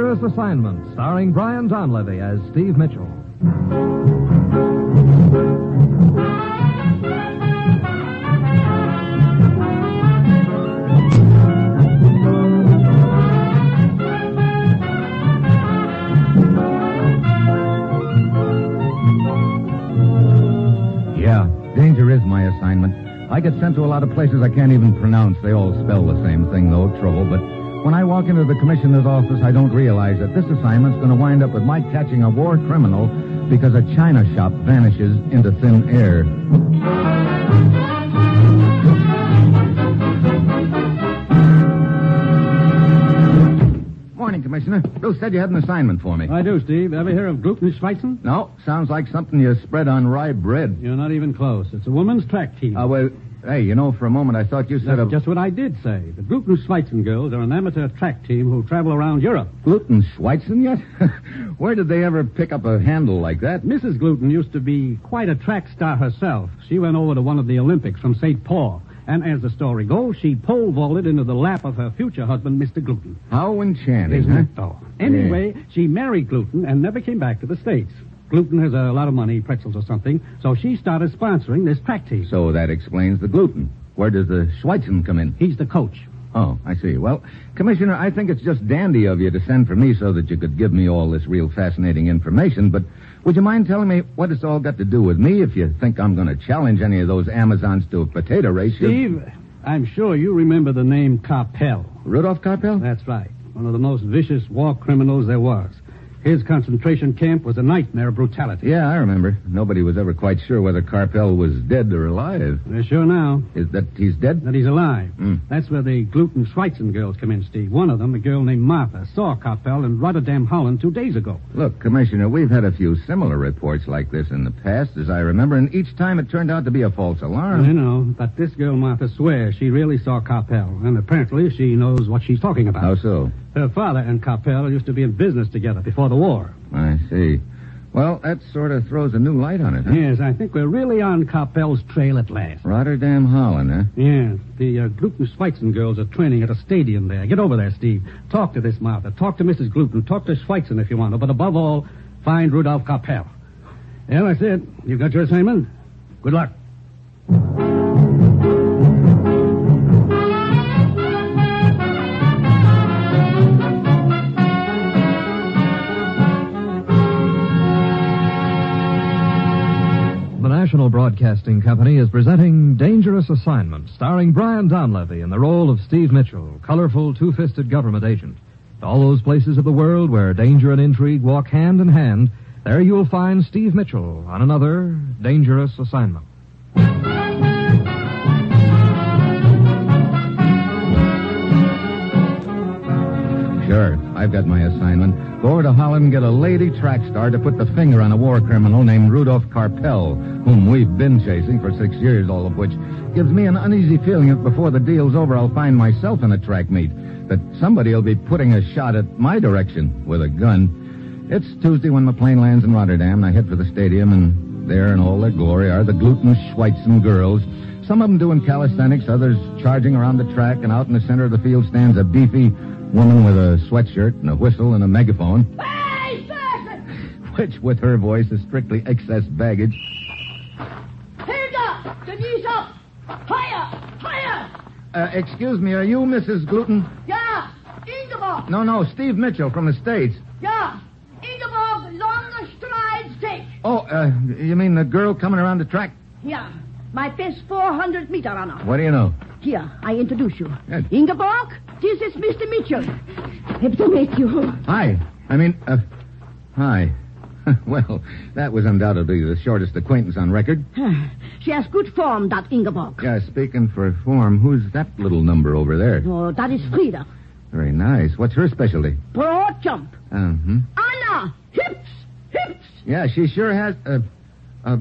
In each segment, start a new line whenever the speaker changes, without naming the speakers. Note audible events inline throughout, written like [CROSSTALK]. of Refinement, starring Brian Donlevy as Steve Mitchell.
Yeah, danger is my assignment. I get sent to a lot of places I can't even pronounce. They all spell the same thing, though, trouble. But when I walk into the commissioner's office, I don't realize that this assignment's going to wind up with my catching a war criminal because a china shop vanishes into thin air. Morning, Commissioner. Bill said you had an assignment for me.
I do, Steve. Ever hear of Glückenschweizen?
No, sounds like something you spread on rye bread.
You're not even close. It's a woman's track team.
Uh, well, hey, you know, for a moment I thought you said
That's
a
just what I did say. The Glückenschweizen girls are an amateur track team who travel around Europe.
gluten Schweitzen yet? [LAUGHS] Where did they ever pick up a handle like that?
Mrs. Gluten used to be quite a track star herself. She went over to one of the Olympics from St. Paul. And as the story goes, she pole vaulted into the lap of her future husband, Mr. Gluten.
How enchanting,
Isn't
huh?
it, Oh, though? Anyway, she married Gluten and never came back to the States. Gluten has a lot of money, pretzels or something, so she started sponsoring this track team.
So that explains the gluten. Where does the Schweitzen come in?
He's the coach.
Oh, I see. Well, Commissioner, I think it's just dandy of you to send for me so that you could give me all this real fascinating information, but would you mind telling me what it's all got to do with me if you think I'm going to challenge any of those Amazons to a potato race? you-
Steve, I'm sure you remember the name Carpel.
Rudolph Carpel?
That's right. One of the most vicious war criminals there was. His concentration camp was a nightmare of brutality.
Yeah, I remember. Nobody was ever quite sure whether Carpel was dead or alive.
They're sure now
Is that he's dead?
that he's alive.
Hmm.
That's where the Gluten Schweitzen girls come in, Steve. One of them, a girl named Martha, saw Carpel in Rotterdam, Holland two days ago.
Look, Commissioner, we've had a few similar reports like this in the past, as I remember, and each time it turned out to be a false
I
alarm.
know, but this girl Martha swears she really saw Carpel, and apparently she knows what she's talking about.
How so?
Her father and Carpel used to be in business together before the war.
I see. Well, that sort of throws a new light on it, huh?
Yes, I think we're really on Carpel's trail at last.
Rotterdam, Holland, huh?
Yes, the uh, Gluten Schweitzen girls are training at a stadium there. Get over there, Steve. Talk to this Martha. Talk to Mrs. Gluten. Talk to Schweitzen if you want to. But above all, find Rudolph Carpel. Yeah, that's it. You got your assignment? Good luck.
The National Broadcasting Company is presenting Dangerous Assignment, starring Brian Donlevy in the role of Steve Mitchell, colorful two fisted government agent. To all those places of the world where danger and intrigue walk hand in hand, there you'll find Steve Mitchell on another Dangerous Assignment.
Sure. I've got my assignment. Go over to Holland and get a lady track star to put the finger on a war criminal named Rudolf Carpel, whom we've been chasing for six years, all of which gives me an uneasy feeling that before the deal's over, I'll find myself in a track meet, that somebody will be putting a shot at my direction with a gun. It's Tuesday when my plane lands in Rotterdam, and I head for the stadium, and there in all their glory are the gluten Schweitzen girls. Some of them doing calisthenics, others charging around the track, and out in the center of the field stands a beefy woman with a sweatshirt and a whistle and a megaphone, [LAUGHS]
Hey, Sergeant!
which with her voice is strictly excess baggage.
Hands up! The knees up! Higher! Higher!
Uh, excuse me, are you Mrs. Gluten?
Yeah! Ingeborg!
No, no, Steve Mitchell from the States.
Yeah! Ingeborg, longer strides take!
Oh, uh, you mean the girl coming around the track?
Yeah. My best 400 meter runner.
What do you know?
Here, I introduce you.
Yes.
Ingeborg, this is Mr. Mitchell. Happy to meet you.
Hi. I mean, uh, hi. [LAUGHS] well, that was undoubtedly the shortest acquaintance on record.
She has good form, that Ingeborg.
Yeah, speaking for form, who's that little number over there?
Oh, that is Frida.
Very nice. What's her specialty?
Broad jump.
Uh-huh.
Anna, hips! Hips!
Yeah, she sure has. Uh, uh,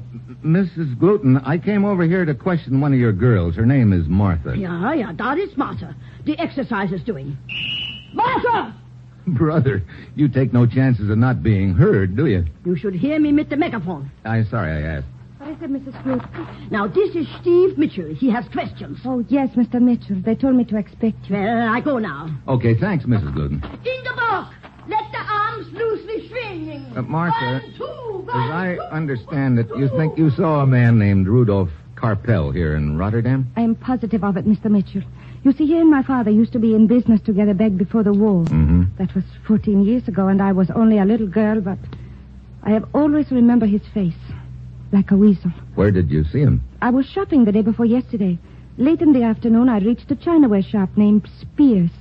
Mrs. Gluten, I came over here to question one of your girls. Her name is Martha.
Yeah, yeah, that is Martha. The exercise is doing. Martha!
[LAUGHS] Brother, you take no chances of not being heard, do you?
You should hear me with the megaphone.
I'm sorry I asked.
What is it, Mrs. Groot?
Now, this is Steve Mitchell. He has questions.
Oh, yes, Mr. Mitchell. They told me to expect you.
Well, I go now.
Okay, thanks, Mrs. Gluten.
Ingeborg, let the arms loosely swinging.
Uh, Martha,
One, two,
As
one,
I
two,
understand it,
one,
you
two.
think you saw a man named Rudolf Carpel here in Rotterdam?
I am positive of it, Mr. Mitchell. You see, he and my father used to be in business together back before the war.
Mm-hmm.
That was 14 years ago, and I was only a little girl, but I have always remembered his face, like a weasel.
Where did you see him?
I was shopping the day before yesterday. Late in the afternoon, I reached a Chinaware shop named Spears.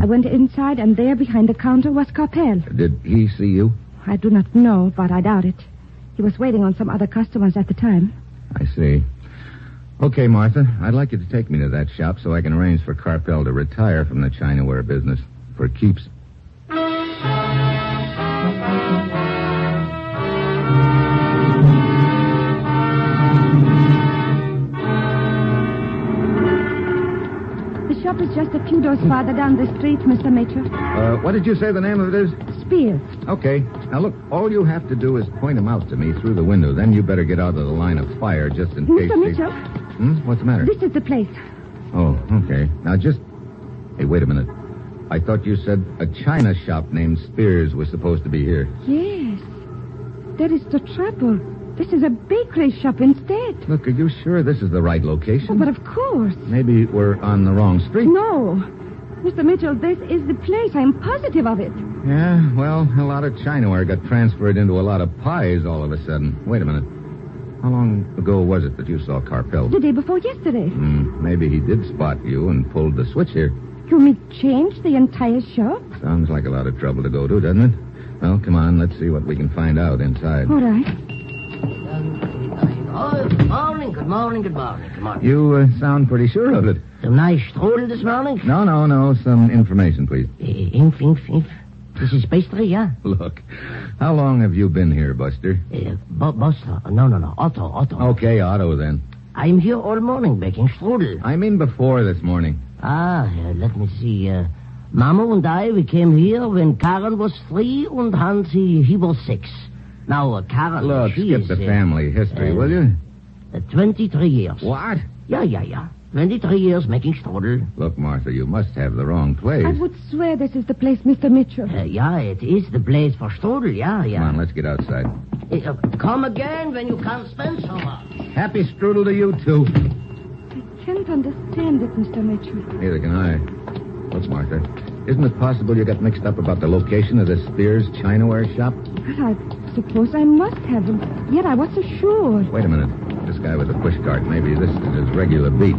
I went inside, and there behind the counter was Carpel.
Did he see you?
I do not know, but I doubt it. He was waiting on some other customers at the time.
I see. Okay, Martha, I'd like you to take me to that shop so I can arrange for Carpel to retire from the Chinaware business for keeps.
The shop is just a few doors farther down the street, Mr. Mitchell.
Uh, what did you say the name of it is?
Spears.
Okay. Now look, all you have to do is point them out to me through the window. Then you better get out of the line of fire just in case.
Mr.
they-
Mitchell,
Hmm? What's the matter?
this is the place.
Oh, okay. Now just. Hey, wait a minute. I thought you said a China shop named Spears was supposed to be here.
Yes. That is the trouble. This is a bakery shop instead.
Look, are you sure this is the right
Oh,
location?
but of course.
Maybe we're on the wrong street.
No. Mr. Mitchell, this is the place. I am positive of it.
Yeah, well, a lot of Chinaware got transferred into a lot of pies all of a sudden. Wait a minute. How long ago was it that you saw Carpel?
The day before yesterday.
Hmm, maybe he did spot you and pulled the switch here.
You mean change the entire shop?
Sounds like a lot of trouble to go to, doesn't it? Well, come on, let's see what we can find out inside.
All right.
Oh, good morning, good morning, good morning. Come on.
You uh, sound pretty sure of it.
Some nice strudel this morning?
No, no, no. Some information, please.
Eh, Inf, inf, inf. This is pastry, yeah?
Look, how long have you been here, Buster?
Uh, bo- boss, uh, no, no, no. Otto, Otto.
Okay, Otto, then.
I'm here all morning baking strudel.
I mean before this morning.
Ah, uh, let me see. Uh, Mama and I, we came here when Karen was three and Hans, he, he was six. Now, uh, Karen,
Look,
she
skip
is,
the
uh,
family history,
uh,
will you?
uh, 23 years.
What?
Yeah, yeah, yeah. 23 years making strudel.
Look, Martha, you must have the wrong place.
I would swear this is the place, Mr. Mitchell.
Uh, yeah, it is the place for strudel, yeah,
Come
yeah.
on, let's get outside.
Uh, come again when you can't spend so much.
Happy strudel to you, too.
I can't understand it, Mr. Mitchell.
Neither can I. What's Martha? Isn't it possible you got mixed up about the location of the Spears Chinaware shop?
Well, I suppose I must have him. Yet I was so sure.
Wait a minute. This guy with the push cart, maybe this is his regular beat.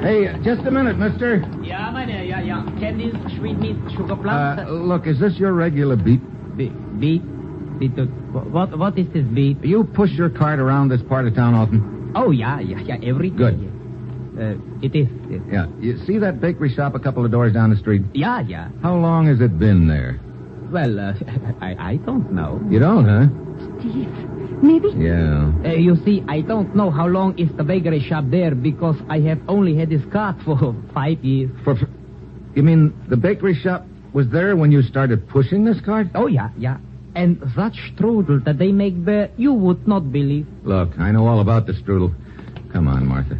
Hey, just a minute, mister.
Ja, meneer, ja, ja. Candies, sweetmeat,
Uh,
sugarplums.
look, is this your regular beat?
beet, beet, beet. What, what is this beet?
You push your cart around this part of town often?
Oh, yeah, yeah, yeah, every day.
Good.
Uh, it is. uh,
Yeah. You see that bakery shop a couple of doors down the street?
yeah, yeah.
How long has it been there?
Well, uh, [LAUGHS] I, I don't know.
You don't, huh?
Steve, maybe
Yeah.
Uh, you see, I don't know how long is the bakery shop there because I have only had this cart [LAUGHS] for five years.
For, for- you mean the bakery shop was there when you started pushing this cart?
Oh, yeah, yeah. And that strudel that they make there, you would not believe.
Look, I know all about the strudel. Come on, Martha.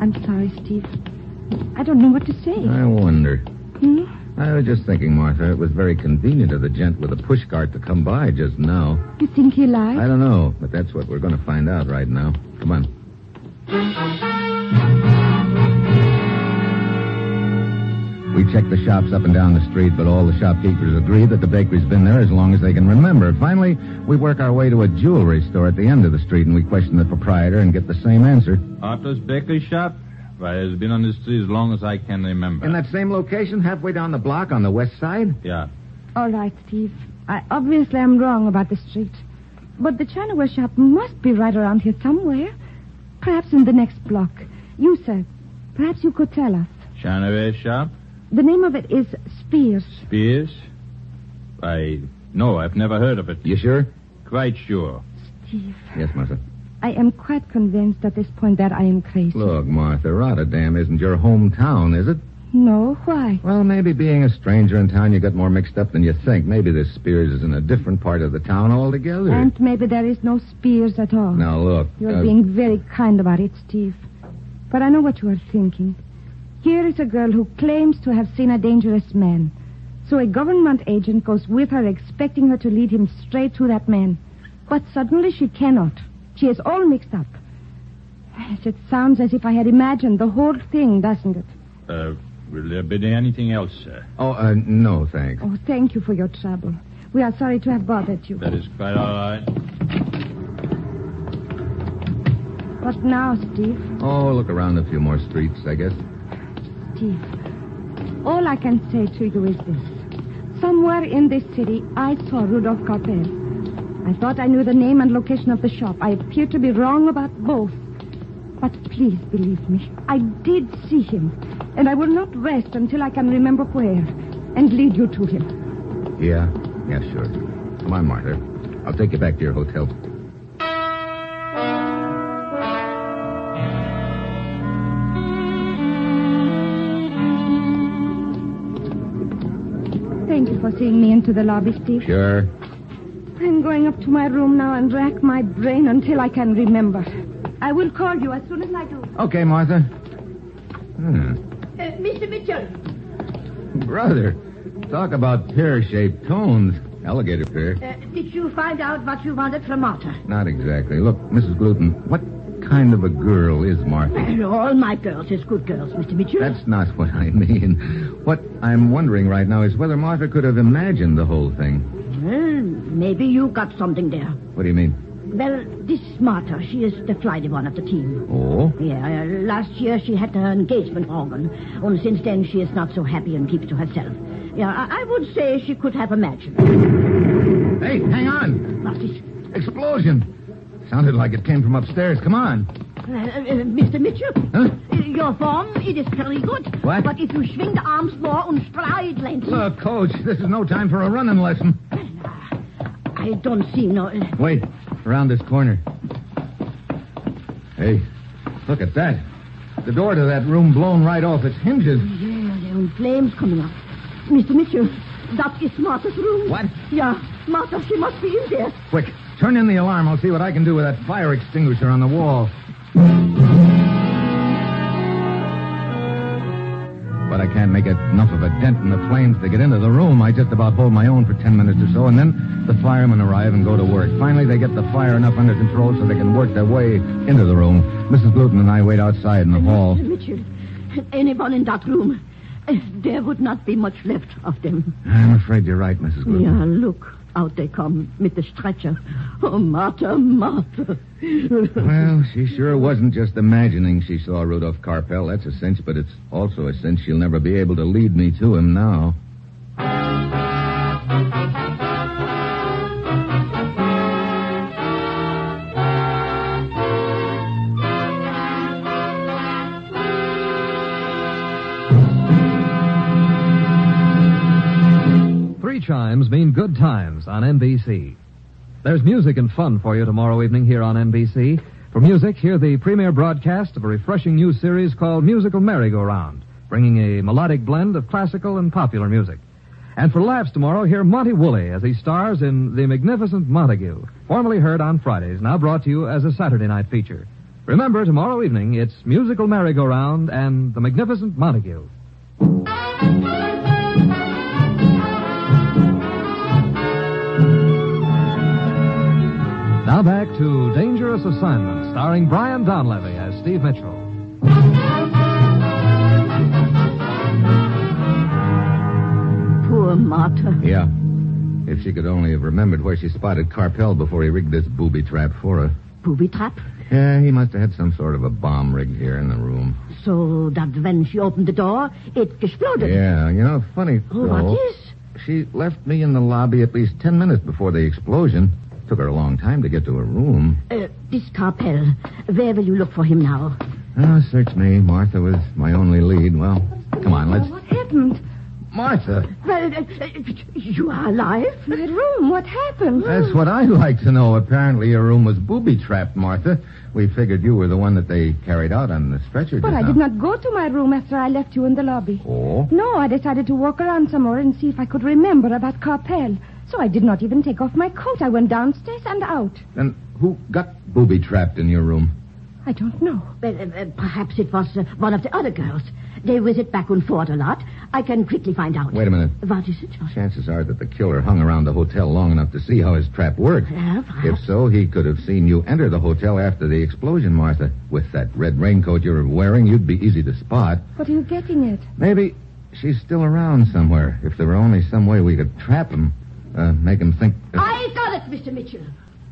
I'm sorry, Steve. I don't know what to say.
I wonder.
Hmm?
I was just thinking, Martha, it was very convenient of the gent with the push cart to come by just now.
You think he
I
lied?
don't know, but that's what we're going to find out right now. Come on. We checked the shops up and down the street, but all the shopkeepers agree that the bakery's been there as long as they can remember. Finally, we work our way to a jewelry store at the end of the street, and we question the proprietor and get the same answer.
Otto's bakery shop? Why, it's been on the street as long as I can remember.
In that same location, halfway down the block on the west side?
Yeah.
All right, Steve. I obviously am wrong about the street. But the Chinaware shop must be right around here somewhere. Perhaps in the next block. You, sir, perhaps you could tell us.
Chanaway shop?
The name of it is Spears.
Spears? Why, no, I've never heard of it.
You sure?
Quite sure.
Steve,
Yes, Martha.
I am quite convinced at this point that I am crazy.
Look, Martha, Rotterdam isn't your hometown, is it?
No, why?
Well, maybe being a stranger in town, you get more mixed up than you think. Maybe this Spears is in a different part of the town altogether.
And maybe there is no Spears at all.
Now, look.
You're
Um,
uh,
being very kind about it, Steve. But I know what you are thinking. Here is a girl who claims to have seen a dangerous man. So a government agent goes with her, expecting her to lead him straight to that man. But suddenly she cannot. She is all mixed up. Yes, it sounds as if I had imagined the whole thing, doesn't it?
Uh, will there be anything else, sir?
Oh, uh, no, thanks.
Oh, thank you for your trouble. We are sorry to have bothered you.
That is quite all right.
But now, Steve,
Oh, look around a few more streets, I guess.
Steve, all I can say to you is this. Somewhere in this city, I saw Rudolf Carpel. I thought I knew the name and location of the shop. I appear to be wrong about both. But please believe me, I did see him. And I will not rest until I can remember where and lead you to him.
Yeah? Yeah, sure. Come on, Martha. I'll take you back to your hotel.
Thank you for seeing me into the lobby, Steve.
Sure.
I'm going up to my room now and rack my brain until I can remember. I will call you as soon as I do.
Okay, Martha. Hmm.
Uh, Mr. Mitchell,
Brother, talk about pear-shaped cones. Alligator pear.
uh, did you find out what you wanted from Martha?
Not exactly. Look, Mrs. Gluten, what kind of a girl is Martha?
Well, [COUGHS] all my girls is good girls, Mr. Mitchell.
That's not what I mean. What I'm wondering right now is whether Martha could have imagined the whole thing.
Well, Hmm, maybe you got something there.
What do you mean?
Well, this Martha, she is the flighty one of the team.
Oh?
Yeah, uh, last year she had her engagement organ, and since then she is not so happy and keeps to herself. Yeah, I, I would say she could have imagined.
Hey, hang on.
What is...
Explosion. Sounded like it came from upstairs. Come on.
Uh, uh, Mr. Mitchell?
Huh?
Uh, Your form, it is very good.
What?
But if you swing the arms more and stride length,
Look, Coach, this is no time for a running lesson.
I don't see no... uh,
Wait, around this corner. Hey, look at that. The door to that room blown right off its hinges.
Yeah,
Eh,
there are flames coming up. Mr. Mitchell, that is Martha's room.
What?
Yeah, Martha, she must be in there.
Quick, turn in the alarm. I'll see what I can do with that fire extinguisher on the wall. But I can't make enough of a dent in the flames to get into the room. I just about hold my own for ten minutes or so, and then the firemen arrive and go to work. Finally, they get the fire enough under control so they can work their way into the room. Mrs. Gluten and I wait outside in the hall.
Mr. Mitchell, anyone in that room,
Uh,
eh, there would not be much left of them.
I'm afraid you're right, Mrs. Gluten.
Yeah, look, out they come with the stretcher. Oh, Martha, Martha.
Well, she sure wasn't just imagining she saw Rudolph Carpel. That's a cinch, but it's also a cinch she'll never be able to lead me to him now.
Three chimes mean good times on NBC. There's music and fun for you tomorrow evening here on NBC. For music, hear the premiere broadcast of a refreshing new series called Musical Merry-Go-Round, bringing a melodic blend of classical and popular music. And for laughs tomorrow, hear Monty Woolley as he stars in The Magnificent Montague, formerly heard on Fridays, now brought to you as a Saturday night feature. Remember, tomorrow evening, it's Musical Merry-Go-Round and The Magnificent Montague. Now back to Dangerous Assignment, starring Brian Donlevy as Steve Mitchell.
Poor Martha.
Yeah. If she could only have remembered where she spotted Carpel before he rigged this booby trap for her.
Booby trap.
Yeah, he must have had some sort of a bomb rigged here in the room.
So that when she opened the door, it exploded.
Yeah, you know, funny.
Oh,
though,
what is?
She left me in the lobby at least ten minutes before the explosion. Took her a long time to get to her room.
Uh, this Carpel. Where will you look for him now?
Oh, search me. Martha was my only lead. Well, come on, let's.
Oh, What happened?
Martha!
Well, uh, uh, you are alive?
My room, what happened?
That's what I'd like to know. Apparently, your room was booby trapped, Martha. We figured you were the one that they carried out on the stretcher.
But
just
I
now.
did not go to my room after I left you in the lobby.
Oh,
No, I decided to walk around some more and see if I could remember about Carpel. So I did not even take off my coat. I went downstairs and out.
then who got booby trapped in your room?
I don't know.
Well, uh, uh, perhaps it was uh, one of the other girls. They visit back and forth a lot. I can quickly find out.
Wait a minute.
What is it, George?
Chances are that the killer hung around the hotel long enough to see how his trap worked.
Well, perhaps.
If so, he could have seen you enter the hotel after the explosion, Martha. With that red raincoat you're wearing, you'd be easy to spot.
What are you getting at?
Maybe she's still around somewhere. If there were only some way we could trap him, uh, make him think.
I got it, Mr. Mitchell.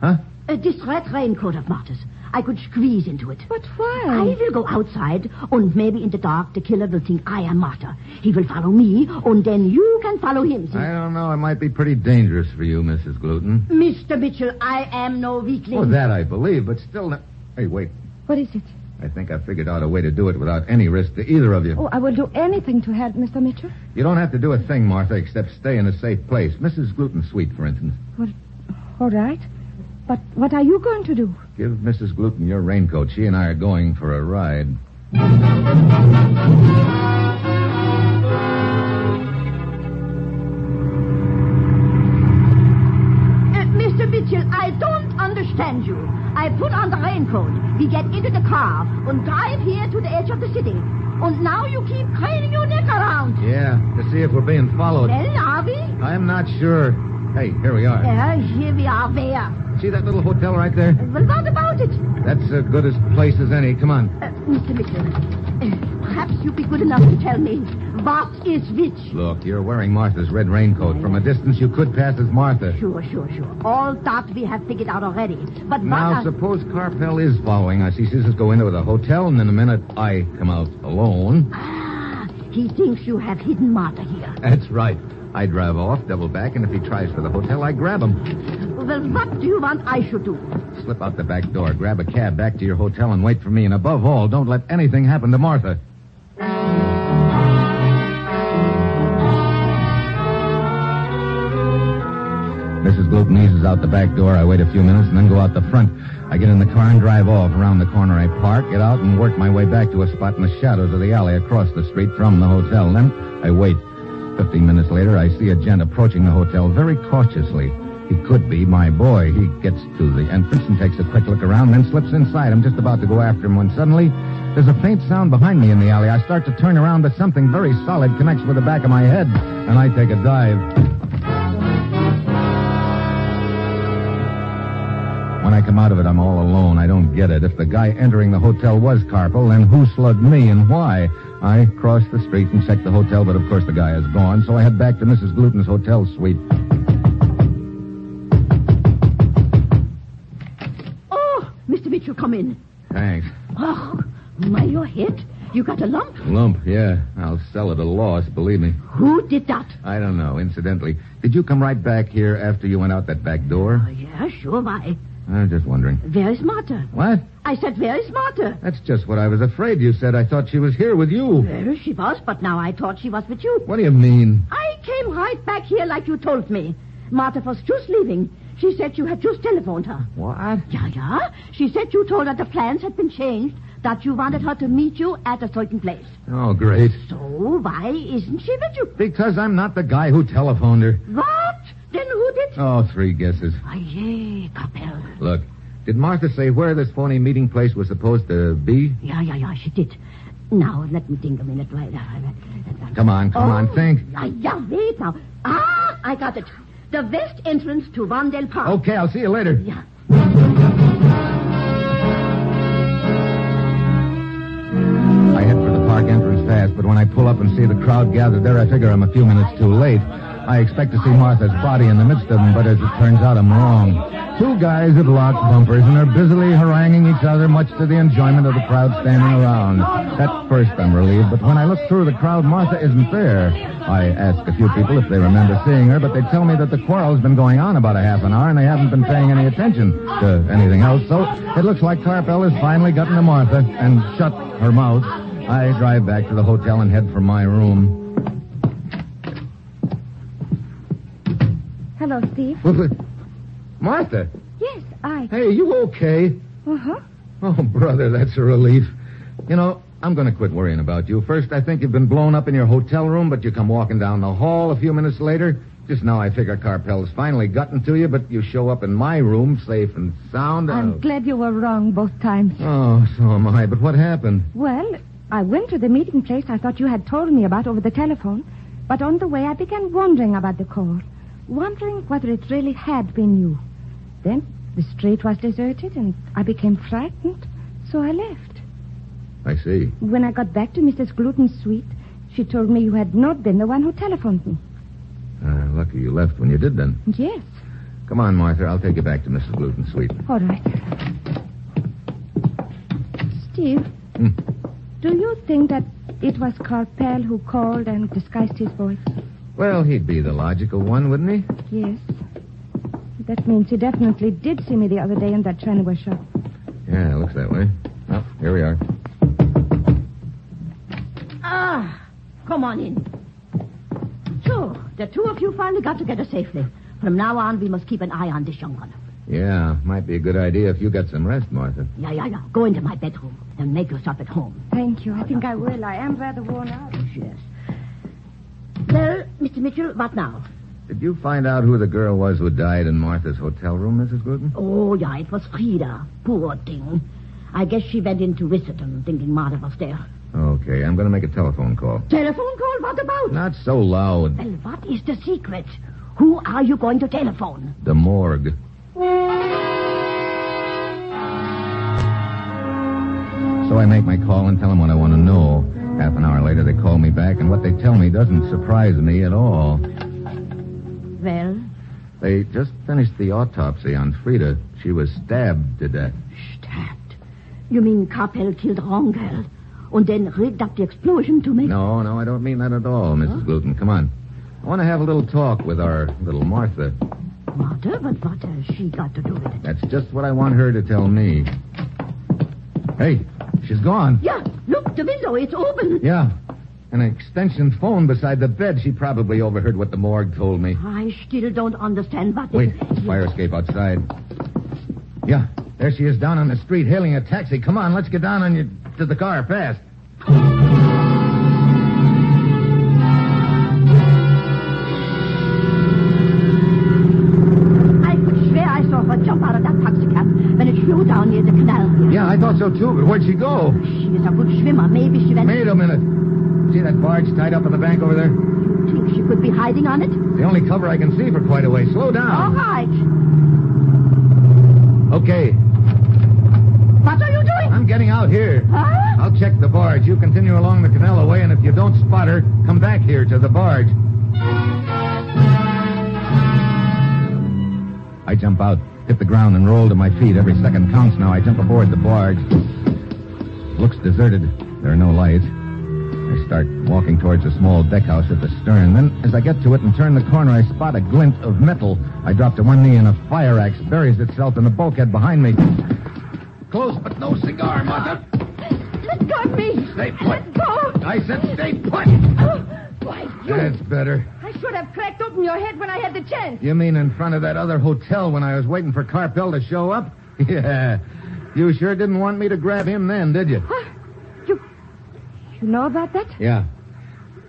Huh?
Uh, this red raincoat of Martha's. I could squeeze into it.
But
I
why?
will go outside, and maybe in the dark the killer will think I am Martha. He will follow me, and then you can follow him. see?
I don't know. It might be pretty dangerous for you, Mrs. Gluten.
Mr. Mitchell, I am no weakling.
Oh, that I believe, but still. No... Hey, wait.
What is it?
I think I figured out a way to do it without any risk to either of you.
Oh, I will do anything to help, Mr. Mitchell.
You don't have to do a thing, Martha, except stay in a safe place. Mrs. Gluten Sweet, for instance.
All right. But what are you going to do?
Give Mrs. Gluten your raincoat. She and I are going for a ride.
Uh, Mr. Mitchell, I don't understand you. I put on the raincoat. We get into the car and drive here to the edge of the city. And now you keep craning your neck around.
Yeah, to see if we're being followed.
Well, are we?
I'm not sure. Hey, here we are.
Uh, here we are there.
See that little hotel right there?
Well, what about it?
That's as good a place as any. Come on.
Uh, Mr. Mitchell, uh, perhaps you'd be good enough to tell me what is which.
Look, you're wearing Martha's red raincoat. From a distance, you could pass as Martha.
Sure, sure, sure. All that we have figured out already. But what
Now,
are-
suppose Carpel is following us. He sees us go into the hotel, and in a minute, I come out alone.
Ah, he thinks you have hidden Martha here.
That's right. I drive off, double back, and if he tries for the hotel, I grab him.
Well, what do you want I should do?
Slip out the back door, grab a cab back to your hotel, and wait for me. And above all, don't let anything happen to Martha. Mrs. Gluten eases out the back door. I wait a few minutes and then go out the front. I get in the car and drive off around the corner. I park, get out, and work my way back to a spot in the shadows of the alley across the street from the hotel. Then I wait. Fifteen minutes later, I see a gent approaching the hotel very cautiously. He could be my boy. He gets to the entrance and takes a quick look around, then slips inside. I'm just about to go after him when suddenly there's a faint sound behind me in the alley. I start to turn around, but something very solid connects with the back of my head, and I take a dive. When I come out of it, I'm all alone. I don't get it. If the guy entering the hotel was Carpel, then who slugged me and why? I cross the street and check the hotel, but of course the guy is gone, so I head back to Mrs. Gluten's hotel suite.
Oh, Mr. Mitchell, come in.
Thanks.
Oh, my, your head. You got a lump?
Lump, yeah. I'll sell at a loss, believe me.
Who did that?
I don't know, incidentally. Did you come right back here after you went out that back
Oh,
door?
yeah, sure, why?
I was just wondering.
Where is Martha?
What?
I said, where is Martha?
That's just what I was afraid you said. I thought she was here with you.
Well, she was, but now I thought she was with you.
What do you mean?
I came right back here like you told me. Martha was just leaving. She said you had just telephoned her.
What?
Yeah, yeah. She said you told her the plans had been changed, that you wanted her to meet you at a certain place.
Oh, great.
So why isn't she with you?
Because I'm not the guy who telephoned her.
What? Then who did?
Oh, three guesses.
Why, yeah, Capel.
Look, did Martha say where this phony meeting place was supposed to be?
Yeah, yeah, yeah, she did. Now, let me think a minute. Right, uh,
Come on, come
oh,
on, think.
Yeah, yeah, wait now. Ah, I got it. The west entrance to Vandel Park.
Okay, I'll see you later.
Yeah.
I head for the park entrance fast, but when I pull up and see the crowd gathered there, I figure I'm a few minutes too late. I expect to see Martha's body in the midst of them, but as it turns out, I'm wrong. Two guys have locked bumpers and are busily haranguing each other, much to the enjoyment of the crowd standing around. At first, I'm relieved, but when I look through the crowd, Martha isn't there. I ask a few people if they remember seeing her, but they tell me that the quarrel's been going on about a half an hour and they haven't been paying any attention to anything else, so it looks like Carpel has finally gotten to Martha and shut her mouth. I drive back to the hotel and head for my room.
Hello, Steve.
Martha,
Yes, I.
hey, you okay?
Uh huh.
Oh, brother, that's a relief. You know, I'm going to quit worrying about you. First, I think you've been blown up in your hotel room, but you come walking down the hall a few minutes later. Just now I figure Carpel's finally gotten to you, but you show up in my room safe and sound. uh,
I'm glad you were wrong both times.
Oh, so am I. But what happened?
Well, I went to the meeting place I thought you had told me about over the telephone, but on the way I began wondering about the call, wondering whether it really had been you. Then the street was deserted and I became frightened, so I left.
I see.
When I got back to Mrs. Gluten's suite, she told me you had not been the one who telephoned me.
Uh, lucky you left when you did then.
Yes.
Come on, Martha. I'll take you back to Mrs. Gluten's suite.
All right. Steve,
Hmm.
do you think that it was Carpel who called and disguised his voice?
Well, he'd be the logical one, wouldn't he?
Yes. That means he definitely did see me the other day in that Chinaware shop.
Yeah, it looks that way. Well, here we are.
Ah, come on in. So, the two of you finally got together safely. From now on, we must keep an eye on this young one.
Yeah, might be a good idea if you got some rest, Martha.
Yeah, yeah, yeah. Go into my bedroom and make yourself at home.
Thank you. I think I will. I am rather worn out.
Yes. Well, Mr. Mitchell, what now?
Did you find out who the girl was who died in Martha's hotel room, Mrs. Gluten?
Oh, yeah, it was Frida. Poor thing. I guess she went in to visit him, thinking Martha was there.
Okay, I'm going to make a telephone call.
Telephone call? What about?
Not so loud.
Well, what is the secret? Who are you going to telephone?
The morgue. So I make my call and tell them what I want to know. Half an hour later, they call me back, and what they tell me doesn't surprise me at all.
Well,
They just finished the autopsy on Frida. She was stabbed to death.
stabbed. You mean Capel killed Rongel and then rigged up the explosion to make...
No, no, I don't mean that at all, Mrs. Gluten. Come on. I want to have a little talk with our little Martha.
Martha, but what has she got to do with it?
That's just what I want her to tell me. Hey, she's gone.
Yeah, look, the window, it's open.
Yeah. An extension phone beside the bed. She probably overheard what the morgue told me.
I still don't understand what...
Wait, fire escape outside. Yeah, there she is down on the street hailing a taxi. Come on, let's get down on you to the car fast.
I could swear I saw her jump out of that taxicab when it flew down near the canal here.
Yeah, I thought so too, but where'd she go?
She is a good swimmer. Maybe she went...
Wait a minute. See that barge tied up in the bank over there?
You think she could be hiding on it?
The only cover I can see for quite a way. Slow
All
down.
right.
Okay,
What are you doing?
I'm getting out here.
Huh?
I'll check the barge. You continue along the canal away, and if you don't spot her, come back here to the barge. I jump out, hit the ground, and roll to my feet. Every second counts now. I jump aboard the barge. Looks deserted. There are no lights. I start walking towards a small deck house at the stern. Then, as I get to it and turn the corner, I spot a glint of metal. I drop to one knee, and a fire axe buries itself in the bulkhead behind me. Close, but no cigar, Martha.
Let go of me.
Stay put.
Let go.
I said stay put.
Oh, why, you...
That's better.
I should have cracked open your head when I had the chance.
You mean in front of that other hotel when I was waiting for Carpel to show up? [LAUGHS] Yeah. You sure didn't want me to grab him then, did you?
You know about that?
Yeah.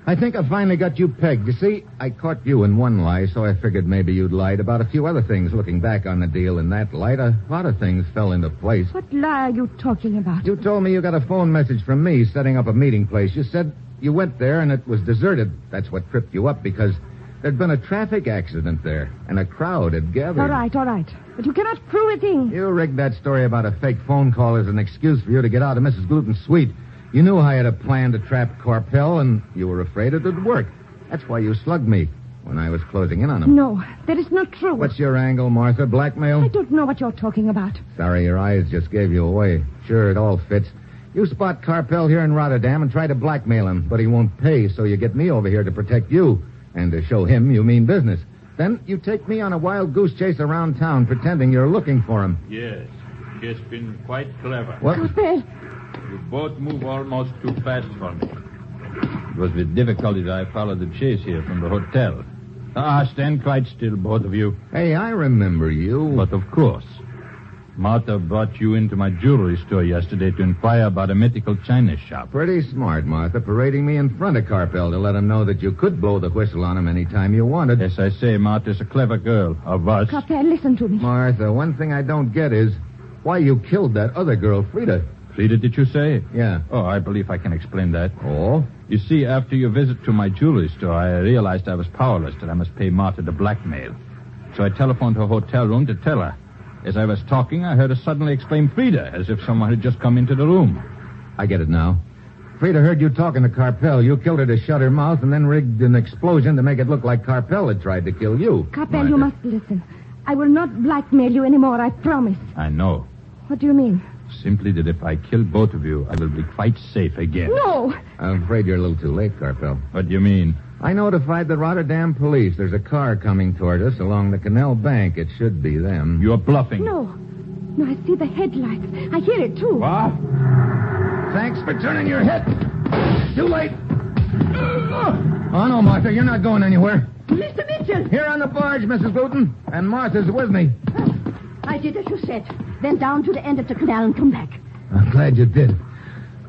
I think I finally got you pegged. You see, I caught you in one lie, so I figured maybe you'd lied about a few other things. Looking back on the deal in that light, a lot of things fell into place.
What lie are you talking about?
You told me you got a phone message from me setting up a meeting place. You said you went there and it was deserted. That's what tripped you up because there'd been a traffic accident there and a crowd had gathered.
All right, all right. But you cannot prove a thing.
You rigged that story about a fake phone call as an excuse for you to get out of Mrs. Gluten's suite. You knew I had a plan to trap Corpel and you were afraid it'd work. That's why you slugged me when I was closing in on him.
No, that is not true.
What's your angle, Martha? Blackmail?
I don't know what you're talking about.
Sorry, your eyes just gave you away. Sure, it all fits. You spot Carpel here in Rotterdam and try to blackmail him, but he won't pay, so you get me over here to protect you and to show him you mean business. Then you take me on a wild goose chase around town pretending you're looking for him.
Yes. She's been quite clever.
What?
Carpel,
You both move almost too fast for me. It was with difficulty that I followed the chase here from the hotel. Ah, stand quite still, both of you.
Hey, I remember you.
But of course. Martha brought you into my jewelry store yesterday to inquire about a mythical china shop.
Pretty smart, Martha, parading me in front of Carpel to let him know that you could blow the whistle on him any time you wanted.
Yes, I say, Martha's a clever girl. Of us.
Carpel, listen to me.
Martha, one thing I don't get is why you killed that other girl, Frida.
Frida, did you say?
Yeah.
Oh, I believe I can explain that.
Oh?
You see, after your visit to my jewelry store, I realized I was powerless, that I must pay Martha the blackmail. So I telephoned her hotel room to tell her. As I was talking, I heard her suddenly exclaim, Frida, as if someone had just come into the room.
I get it now. Frida heard you talking to Carpel. You killed her to shut her mouth and then rigged an explosion to make it look like Carpel had tried to kill you.
Carpel, you must listen. I will not blackmail you anymore, I promise.
I know.
What do you mean?
Simply that if I kill both of you, I will be quite safe again.
No!
I'm afraid you're a little too late, Carpel.
What do you mean?
I notified the Rotterdam police. There's a car coming toward us along the Canal Bank. It should be them.
You're bluffing.
No. No, I see the headlights. I hear it, too.
What?
Thanks for turning your head. Too late. Oh, no, Martha, you're not going anywhere.
Mr. Mitchell!
Here on the barge, Mrs. Luton. And Martha's with me.
I did as you said. Then down to the end of the canal and come back.
I'm glad you did.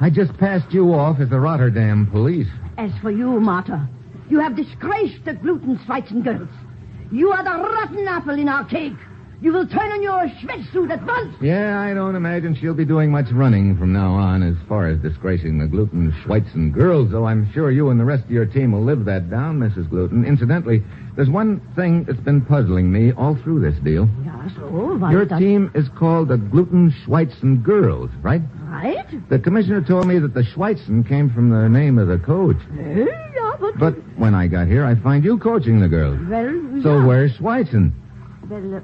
I just passed you off as the Rotterdam police.
As for you, Martha, you have disgraced the gluten and girls. You are the rotten apple in our cake. You will turn on your schwitzsuit at once.
Yeah, I don't imagine she'll be doing much running from now on as far as disgracing the Gluten Schweitzen girls, though I'm sure you and the rest of your team will live that down, Mrs. Gluten. Incidentally, there's one thing that's been puzzling me all through this deal.
Yes, oh, why
Your
does-
team is called the Gluten Schweitzen girls, right?
Right?
The commissioner told me that the Schweitzen came from the name of the coach.
Eh, yeah, but...
But when I got here, I find you coaching the girls.
Well,
So
yeah.
where's Schweitzen?
Well, uh,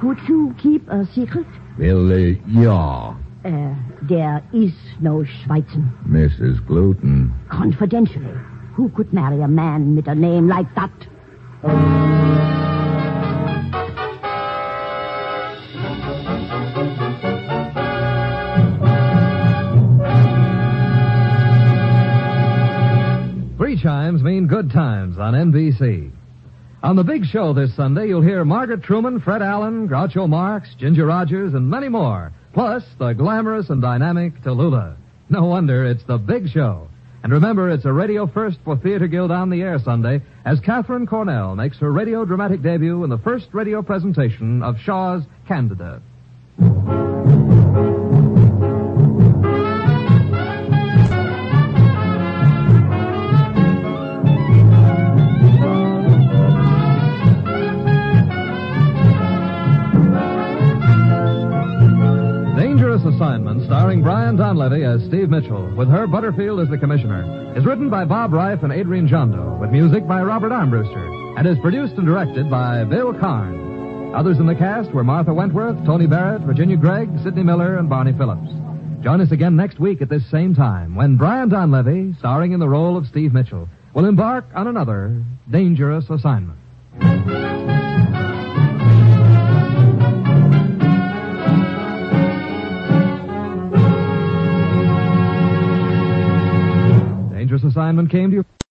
could you keep a secret?
Well, uh, yeah,
Uh, there is no Schweizen.
Mrs. Gluten.
Confidentially, who could marry a man with a name like that?
Three chimes mean good times on NBC. On the big show this Sunday, you'll hear Margaret Truman, Fred Allen, Groucho Marx, Ginger Rogers, and many more. Plus, the glamorous and dynamic Tallulah. No wonder it's the big show. And remember, it's a radio first for Theater Guild on the air Sunday as Catherine Cornell makes her radio dramatic debut in the first radio presentation of Shaw's Candida. Dangerous Assignment, starring Brian Donlevy as Steve Mitchell, with Herb Butterfield as the commissioner, is written by Bob Reif and Adrian Jondo, with music by Robert Armbruster, and is produced and directed by Bill Carn. Others in the cast were Martha Wentworth, Tony Barrett, Virginia Gregg, Sidney Miller, and Barney Phillips. Join us again next week at this same time when Brian Donlevy, starring in the role of Steve Mitchell, will embark on another dangerous assignment. Dangerous assignment came to you.